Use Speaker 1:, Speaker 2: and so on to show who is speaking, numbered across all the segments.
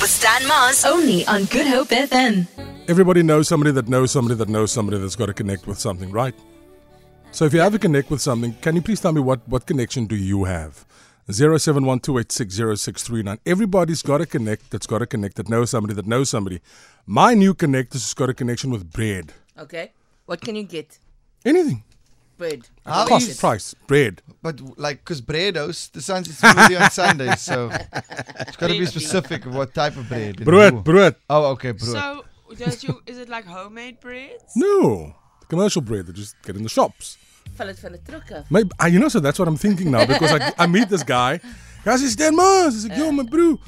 Speaker 1: with Stan Mars.
Speaker 2: Only on Good Hope FM.
Speaker 3: Everybody knows somebody that knows somebody that knows somebody that's got to connect with something, right? So if you have a connect with something, can you please tell me what, what connection do you have? 0712860639. Everybody's got a connect that's got a connect that knows somebody that knows somebody. My new connect has got a connection with bread.
Speaker 4: Okay. What can you get?
Speaker 3: Anything.
Speaker 4: Bread. What
Speaker 5: How is
Speaker 3: Cost,
Speaker 4: is it?
Speaker 3: price, bread.
Speaker 5: But like, because bread hosts, the sun's it's smoothie on Sundays, so it's got to be specific of what type of bread. and
Speaker 3: Bread,
Speaker 5: who.
Speaker 3: bread.
Speaker 5: Oh, okay, bread.
Speaker 6: So, does you is it like homemade breads?
Speaker 3: No. The commercial bread that you just get in the shops.
Speaker 4: Val het van 'n truck af.
Speaker 3: Maybe, uh, you know, so that's what I'm thinking now because I, I meet this guy. Guys, it's 10 months. He's like, yo, my bro,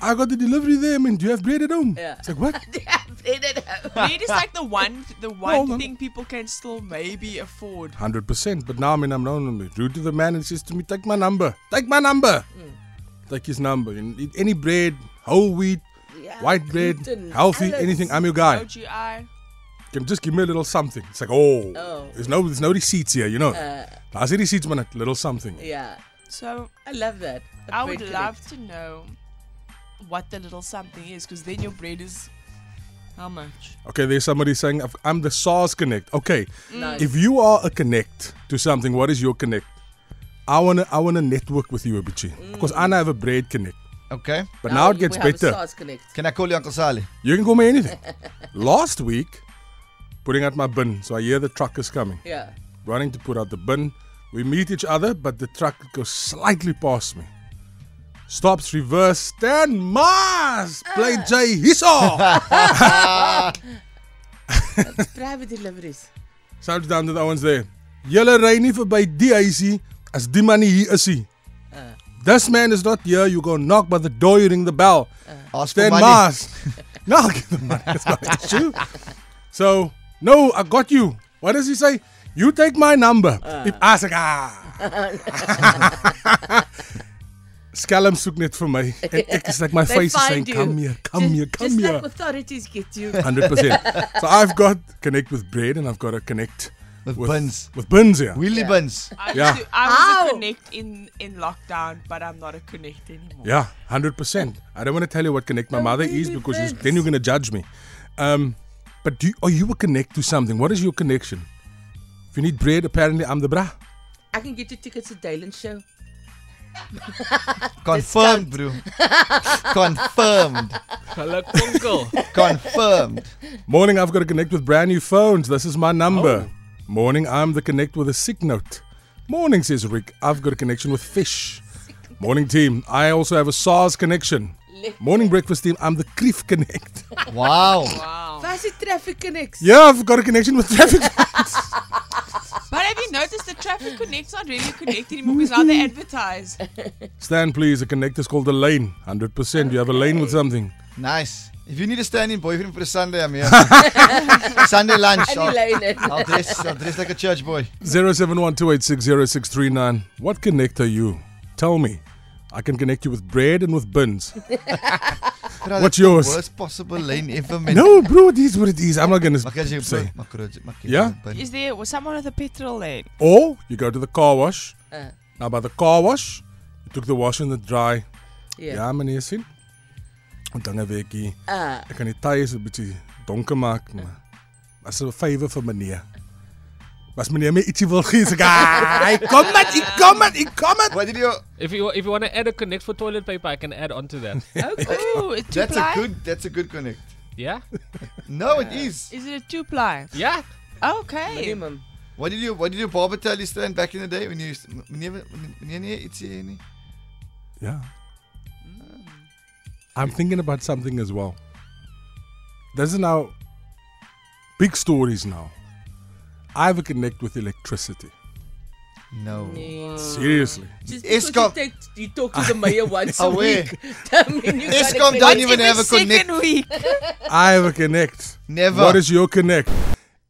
Speaker 3: I got the delivery there, man. Do you have bread at home?
Speaker 4: Yeah.
Speaker 3: It's like, what?
Speaker 4: Ja, bread het nou.
Speaker 6: Bread is like the one the
Speaker 3: Hold
Speaker 6: one
Speaker 3: on.
Speaker 6: thing people can still maybe afford.
Speaker 3: 100%. But now, I mean, I'm not I'm rude to the man and says to me, take my number. Take my number.
Speaker 4: Mm.
Speaker 3: Take his number. You eat any bread, whole wheat,
Speaker 4: Ja,
Speaker 3: white bread,
Speaker 4: gluten,
Speaker 3: healthy,
Speaker 4: alles.
Speaker 3: anything. I'm your guy.
Speaker 6: OGI.
Speaker 3: Can just give me a little something. It's like, oh,
Speaker 4: Oh.
Speaker 3: there's no there's no receipts here, you know.
Speaker 4: Uh,
Speaker 3: I see receipts, man, a little something.
Speaker 4: Ja.
Speaker 6: So
Speaker 4: I love that. A
Speaker 6: I
Speaker 4: bread
Speaker 6: would
Speaker 4: connect.
Speaker 6: love to know what the little something is, because then your bread is how much?
Speaker 3: Okay, there's somebody saying, "I've- I'm the SARS Connect. Okay,
Speaker 4: Nice.
Speaker 3: if you are a connect to something, what is your connect? I wanna, I wanna network with you, Abichi, because I now have a bread connect.
Speaker 5: Okay.
Speaker 3: But now, it
Speaker 4: you-
Speaker 3: gets
Speaker 4: Mm. we have a
Speaker 3: better.
Speaker 4: SARS connect.
Speaker 5: Can I call you Uncle Sally?
Speaker 3: You can call me anything. Last week, putting out my bin, so I hear the truck is coming,
Speaker 4: Ja.
Speaker 3: running to put out the bin. We meet each other, but the truck goes slightly past me. Stops, reverse, stand, Mars, play
Speaker 4: Ah.
Speaker 3: J Hiso.
Speaker 4: Private deliveries.
Speaker 3: Shout down to the ones there. Julle ry nie verby die huisie as die man nie hier is nie.
Speaker 4: Eh.
Speaker 3: This man is not here. You go knock by the door, you ring the bell.
Speaker 4: Eh.
Speaker 5: Ask for
Speaker 3: Then
Speaker 5: money.
Speaker 3: Mars. no, I'll give the money. That's not an issue. So, no, I got you. What does he say? You take my number.
Speaker 4: Eh.
Speaker 3: If I say, ah. Skelm soek net vir my en ek is like my
Speaker 4: They
Speaker 3: face is saying
Speaker 4: find you.
Speaker 3: come here, come
Speaker 4: just,
Speaker 3: here, come
Speaker 4: just
Speaker 3: here.
Speaker 4: like authorities get you.
Speaker 3: Hundred percent. So I've got connect with bread, and I've got to connect
Speaker 5: With buns.
Speaker 3: With buns, yeah.
Speaker 5: Wheelie buns.
Speaker 6: I,
Speaker 3: Yeah.
Speaker 6: used to- I was
Speaker 4: Ow.
Speaker 6: a connect in, in lockdown, but I'm not a connect anymore.
Speaker 3: yeah, hundred percent. I don't want to tell you what connect my mother
Speaker 4: really
Speaker 3: is because you,
Speaker 4: buns.
Speaker 3: then you're gonna judge me. Um, but do you, are you a connect to something? What is your connection? If you need bread, apparently I'm the bra.
Speaker 4: I can get you tickets to Dylan show.
Speaker 5: Confirmed, bro. Confirmed. Confirmed.
Speaker 3: Morning, I've got to connect with brand new phones. This is my
Speaker 5: Oh.
Speaker 3: number. Morning, I'm the connect with a sick note. Morning, says Rick. I've got a connection with fish. Morning, team. I also have a SARS connection. Morning, breakfast team. I'm the Creef connect.
Speaker 5: Wow.
Speaker 6: Wow.
Speaker 4: Waar is die traffic connects?
Speaker 3: Yeah, I've got a connection with traffic.
Speaker 6: But have you noticed the traffic connect's not really connecting anymore because now they advertise.
Speaker 3: Stan, please. A connect is called a lane. 100%. You have a lane with something.
Speaker 5: Nice. If you need a standing boyfriend for a Sunday, I'm here. Sunday lunch.
Speaker 4: Any
Speaker 5: I'll,
Speaker 4: lane.
Speaker 5: I'll dress. I'll dress like a church boy.
Speaker 3: 0712860639. What connect are you? Tell me. I can connect you with bread and with bins.
Speaker 5: Bro,
Speaker 3: What's
Speaker 5: that's the
Speaker 3: yours?
Speaker 5: Worst possible lane ever, man.
Speaker 3: no, bro, it is what it is. I'm not going
Speaker 5: Maar kan
Speaker 3: to
Speaker 5: jy
Speaker 3: say.
Speaker 5: maar kroot, maar kyk,
Speaker 3: Yeah?
Speaker 5: bun.
Speaker 6: Is there was someone with a petrol lane?
Speaker 3: Or you go to the car wash.
Speaker 4: Uh.
Speaker 3: Now, by the car wash, you took the wash in the dry.
Speaker 4: Yeah.
Speaker 3: Ja, meneer Sin. Want dan 'n weekie.
Speaker 4: Ah,
Speaker 3: Ek kan die tye so 'n bietjie donker
Speaker 4: Uh.
Speaker 3: maak, maar was 'n favour vir meneer. Was meneer my ietsie wil gee, sê ek, "Ah, ek kom met, ek kom met, ek kom met."
Speaker 5: What did you?
Speaker 7: If you if you want to add a connect for toilet paper, I can add on to that.
Speaker 6: Ooh, a two
Speaker 5: That's a
Speaker 6: ply.
Speaker 5: good. That's a good connect.
Speaker 7: yeah,
Speaker 5: No, it is.
Speaker 6: Is it a two ply?
Speaker 7: yeah.
Speaker 6: Okay.
Speaker 4: minimum.
Speaker 5: What did you? What did your barber tell you, Stan, back in the day when you used? Meneer, meneer, nee, it's hier nie.
Speaker 3: Yeah.
Speaker 4: Mm.
Speaker 3: I'm thinking about something as well. This is now big stories now. I have a connect with electricity.
Speaker 5: No.
Speaker 4: Oh.
Speaker 3: Seriously.
Speaker 4: Just because
Speaker 5: Eskom-
Speaker 4: you, take, you talk to the
Speaker 3: Ah.
Speaker 4: mayor once a
Speaker 5: Away.
Speaker 4: week. That mean you gotta
Speaker 5: Eskom
Speaker 4: connect.
Speaker 5: don't even have a connect.
Speaker 6: Second week.
Speaker 3: I have a connect.
Speaker 5: Never.
Speaker 3: What is your connect?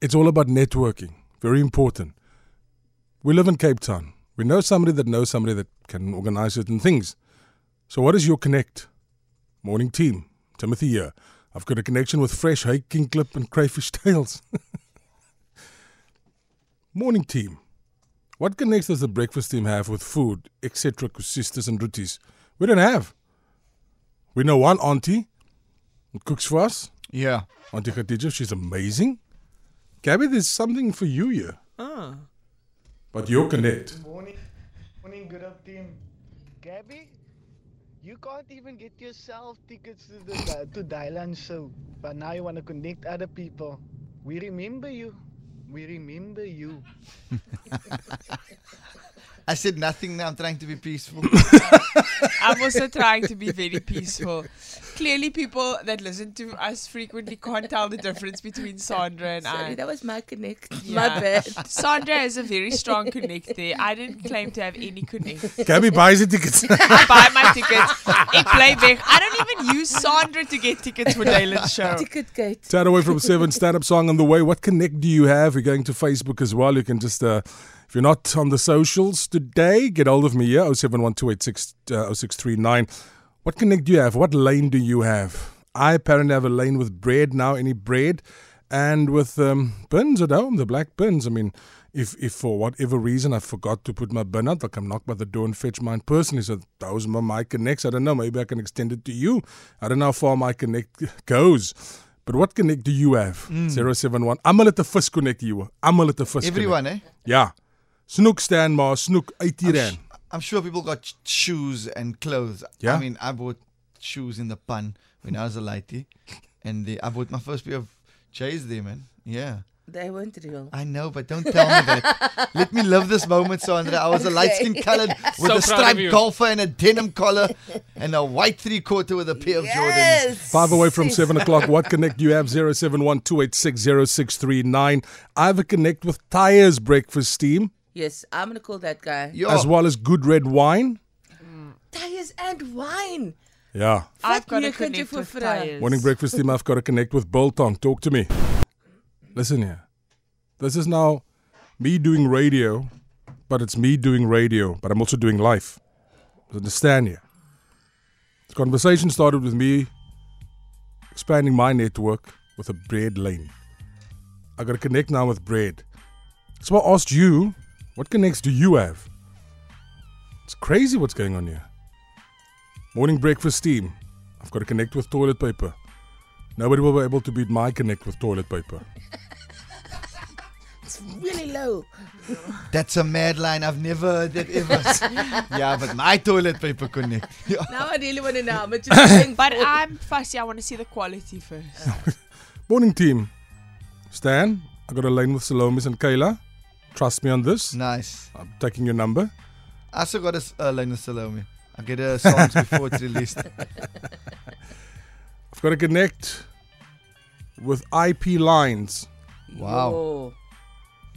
Speaker 3: It's all about networking. Very important. We live in Cape Town. We know somebody that knows somebody that can organize certain things. So, what is your connect? Morning team, Timothy here. I've got a connection with Fresh Hiking Clip and Crayfish Tails. Morning team, what connects does the breakfast team have with food, etc., sisters and rooties? We don't have. We know one auntie and cooks for us.
Speaker 5: Yeah.
Speaker 3: Auntie Khadija, she's amazing. Gabby, there's something for you here.
Speaker 4: Ah.
Speaker 3: But you'll connect.
Speaker 1: Morning, morning, good up team. Gabby, you can't even get yourself tickets to the Tha- to Thailand show, but now you want to connect other people. We remember you. We remember you.
Speaker 5: I said nothing now. I'm trying to be peaceful.
Speaker 6: I'm also trying to be very peaceful. Clearly, people that listen to us frequently can't tell the difference between Sandra and
Speaker 4: Sorry,
Speaker 6: I.
Speaker 4: that was my connect.
Speaker 6: Yeah.
Speaker 4: My bad.
Speaker 6: Sandra has a very strong connect there. I didn't claim to have any connect.
Speaker 3: Gabby buys the tickets.
Speaker 6: I buy my tickets. Ik play weg. I don't even use Sandra to get tickets for Dylan's show.
Speaker 4: Ticket gate.
Speaker 3: Tad away from seven, stand up song on the way. What connect do you have? We're going to Facebook as well. You can just, uh, if you're not on the socials today, get hold of me oh here 071286 uh, 0639. What connect do you have? What lane do you have? I apparently have a lane with bread now, any bread, and with um, bins at home, the black bins. I mean, if, if for whatever reason I forgot to put my bin out, I'll come knock by the door and fetch mine personally. So those are my connects. I don't know. Maybe I can extend it to you. I don't know how far my connect goes. But what connect do you have? 071. I'm at the first connect you. I'm at the first
Speaker 5: Everyone, eh?
Speaker 3: Yeah. Snook stand maar snoek 80
Speaker 5: I'm,
Speaker 3: rand.
Speaker 5: sh- I'm sure people got sh- shoes and clothes.
Speaker 3: Yeah.
Speaker 5: I mean, I bought shoes in the pun when I was a lighty, and the, I bought my first pair of J's there, man. Yeah,
Speaker 4: They weren't real.
Speaker 5: I know, but don't tell me that. Let me live this moment, Sandra. I was a light skin colored with
Speaker 7: So
Speaker 5: a
Speaker 7: proud of
Speaker 5: striped
Speaker 7: you.
Speaker 5: golfer and a denim collar and a white three quarter with a pair of Jordans.
Speaker 3: Five away from seven o'clock. What connect do you have? 071 286 0639. I have a connect with tires breakfast steam
Speaker 4: Yes, I'm gonna call that guy.
Speaker 5: Yo,
Speaker 3: as well as good red wine.
Speaker 4: Tires and wine.
Speaker 3: Yeah.
Speaker 6: I've
Speaker 4: Wat
Speaker 6: got a
Speaker 4: meer kunt jy
Speaker 6: connect with
Speaker 4: vir vra?
Speaker 6: tires.
Speaker 3: Morning breakfast team, I've got to connect with Biltong. Talk to me. Listen here. This is now me doing radio, but it's me doing radio, but I'm also doing life. Understand here. The conversation started with me expanding my network with a bread lane. I got to connect now with bread. So I asked you, what connects do you have? It's crazy what's going on here. Morning breakfast team. I've got to connect with toilet paper. Nobody will be able to beat my connect with toilet paper.
Speaker 4: It's really low.
Speaker 5: That's a mad line. I've never heard that ever. yeah, but my toilet paper connect. Yeah.
Speaker 4: Now I really want to know how much it's going
Speaker 6: But uh, I'm fussy. I want to see the quality first.
Speaker 3: Morning team. Stan, I got a lane with Salomis and Kayla. Trust me on this.
Speaker 5: Nice.
Speaker 3: I'm taking your number.
Speaker 5: I also got a s- uh, line of salami. I get a songs before it's released.
Speaker 3: I've got to connect with IP lines.
Speaker 5: Wow.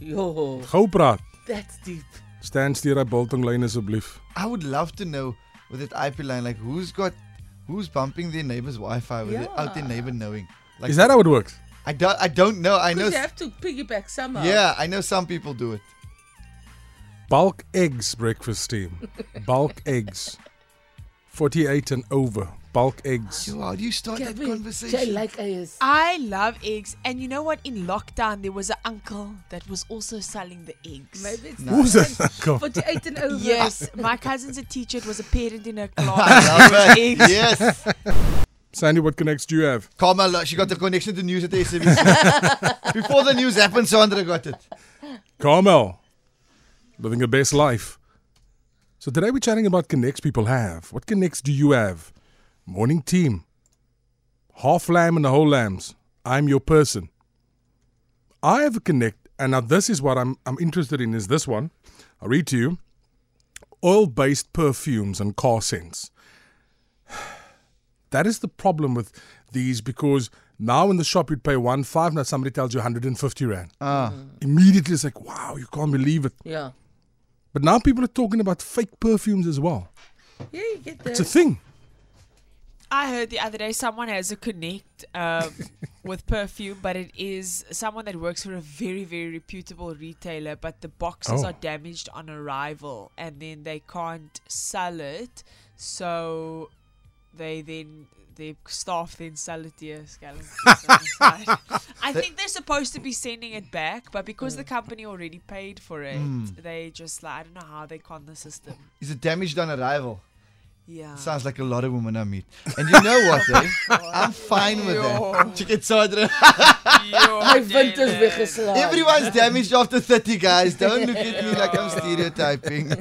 Speaker 4: Yo. Yo.
Speaker 3: Gou praat.
Speaker 4: That's deep.
Speaker 3: Stan stuur hy biltong lyn asseblief.
Speaker 5: I would love to know with that IP line, like who's got, who's bumping their neighbor's Wi-Fi without their neighbor knowing. Like
Speaker 3: Is that how it works?
Speaker 5: I don't. I don't know. I know.
Speaker 4: Because you
Speaker 5: s-
Speaker 4: have to piggyback somehow.
Speaker 5: Yeah, I know some people do it.
Speaker 3: Bulk eggs breakfast team. Bulk eggs. 48 and over. Bulk eggs.
Speaker 5: Yo, how do you start that
Speaker 4: Gabby, Jay
Speaker 5: conversation?
Speaker 4: like is.
Speaker 6: I love eggs, and you know what? In lockdown, there was an uncle that was also selling the eggs.
Speaker 4: Maybe it's
Speaker 3: Who's that? Come.
Speaker 4: 48 and over.
Speaker 6: Yes, my cousin's a teacher. It was a parent in her class.
Speaker 5: I love it.
Speaker 6: Eggs.
Speaker 5: Yes.
Speaker 3: Sandy, what connects do you have?
Speaker 5: Carmel, she got the connection to news at SABC. Before the news happened, Sandra got it.
Speaker 3: Carmel, living your best life. So today we're chatting about connects people have. What connects do you have? Morning team. Half lamb and the whole lambs. I'm your person. I have a connect, and now this is what I'm I'm interested in is this one. I'll read to you. Oil-based perfumes and car scents. That is the problem with these because now in the shop you'd pay one five, now somebody tells you 150 rand
Speaker 5: Ah,
Speaker 3: immediately it's like, wow, you can't believe it.
Speaker 4: Yeah.
Speaker 3: But now people are talking about fake perfumes as well.
Speaker 4: Yeah, you get that.
Speaker 3: It's a thing.
Speaker 6: I heard the other day someone has a connect um, with perfume, but it is someone that works for a very, very reputable retailer, but the boxes
Speaker 3: Oh.
Speaker 6: are damaged on arrival and then they can't sell it. So they then. The staff then sell it to your scallions inside. I think they're supposed to be sending it back, but because the company already paid for it, they just like I don't know how they con the system.
Speaker 5: is it damaged on arrival?
Speaker 6: Yeah.
Speaker 5: Sounds like a lot of women I meet. And you know what, eh? I'm fine with that. Check it, Sandra.
Speaker 4: My wind is weggeslaan.
Speaker 5: Everyone's damaged after 30, guys. Don't look at me like I'm stereotyping.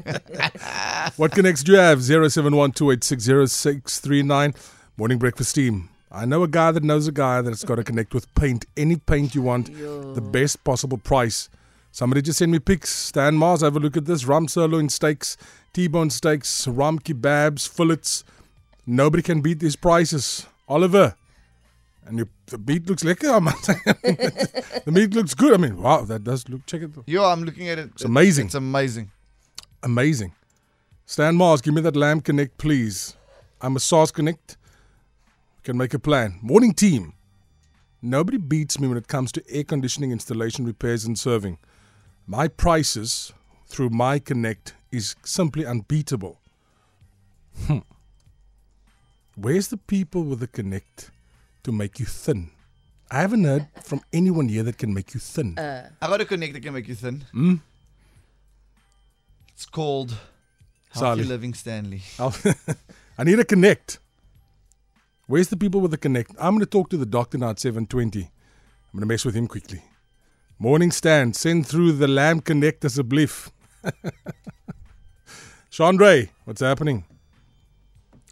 Speaker 3: What connects do you have? 0712860639. Morning breakfast team. I know a guy that knows a guy that's got to connect with paint. Any paint you want, the best possible price. Somebody just send me pics. Stan Mars, have a look at this. Rum sirloin steaks, T-bone steaks, rum kebabs, fillets. Nobody can beat these prices. Oliver. And your, the meat looks lekker. I must say. the meat looks good. I mean, wow, that does look, check it.
Speaker 5: Yo, I'm looking at it.
Speaker 3: It's amazing.
Speaker 5: It's amazing.
Speaker 3: Amazing. Stan Mars, give me that Lamb Connect, please. I'm a SARS Connect. Can make a plan. Morning team. Nobody beats me when it comes to air conditioning installation, repairs, and serving. My prices through my Connect is simply unbeatable. Hmm. Where's the people with the Connect to make you thin? I haven't heard from anyone here that can make you thin.
Speaker 5: I got a connect that can make you thin.
Speaker 3: Hmm?
Speaker 5: It's called Healthy
Speaker 3: Sally.
Speaker 5: Living Stanley.
Speaker 3: I'll- I need a connect. Where's the people with the connect? I'm going to talk to the doctor now at 7:20. I'm going to mess with him quickly. Morning stand, send through the lamb connect as a bliff. Chandray, what's happening?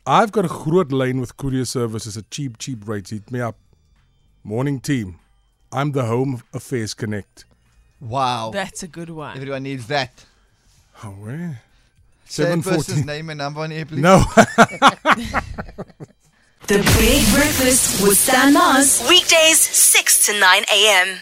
Speaker 3: I've got a groot lane with courier services at cheap, cheap rates. Hit me up. Morning team, I'm the Home Affairs Connect.
Speaker 5: Wow.
Speaker 6: That's a good one.
Speaker 5: Everyone needs that.
Speaker 3: Oh, where?
Speaker 5: Say that person's
Speaker 3: 7:14.
Speaker 5: name and number on here, please.
Speaker 3: No.
Speaker 2: The Big Breakfast with Stan Mars. Weekdays, 6 to 9 a.m.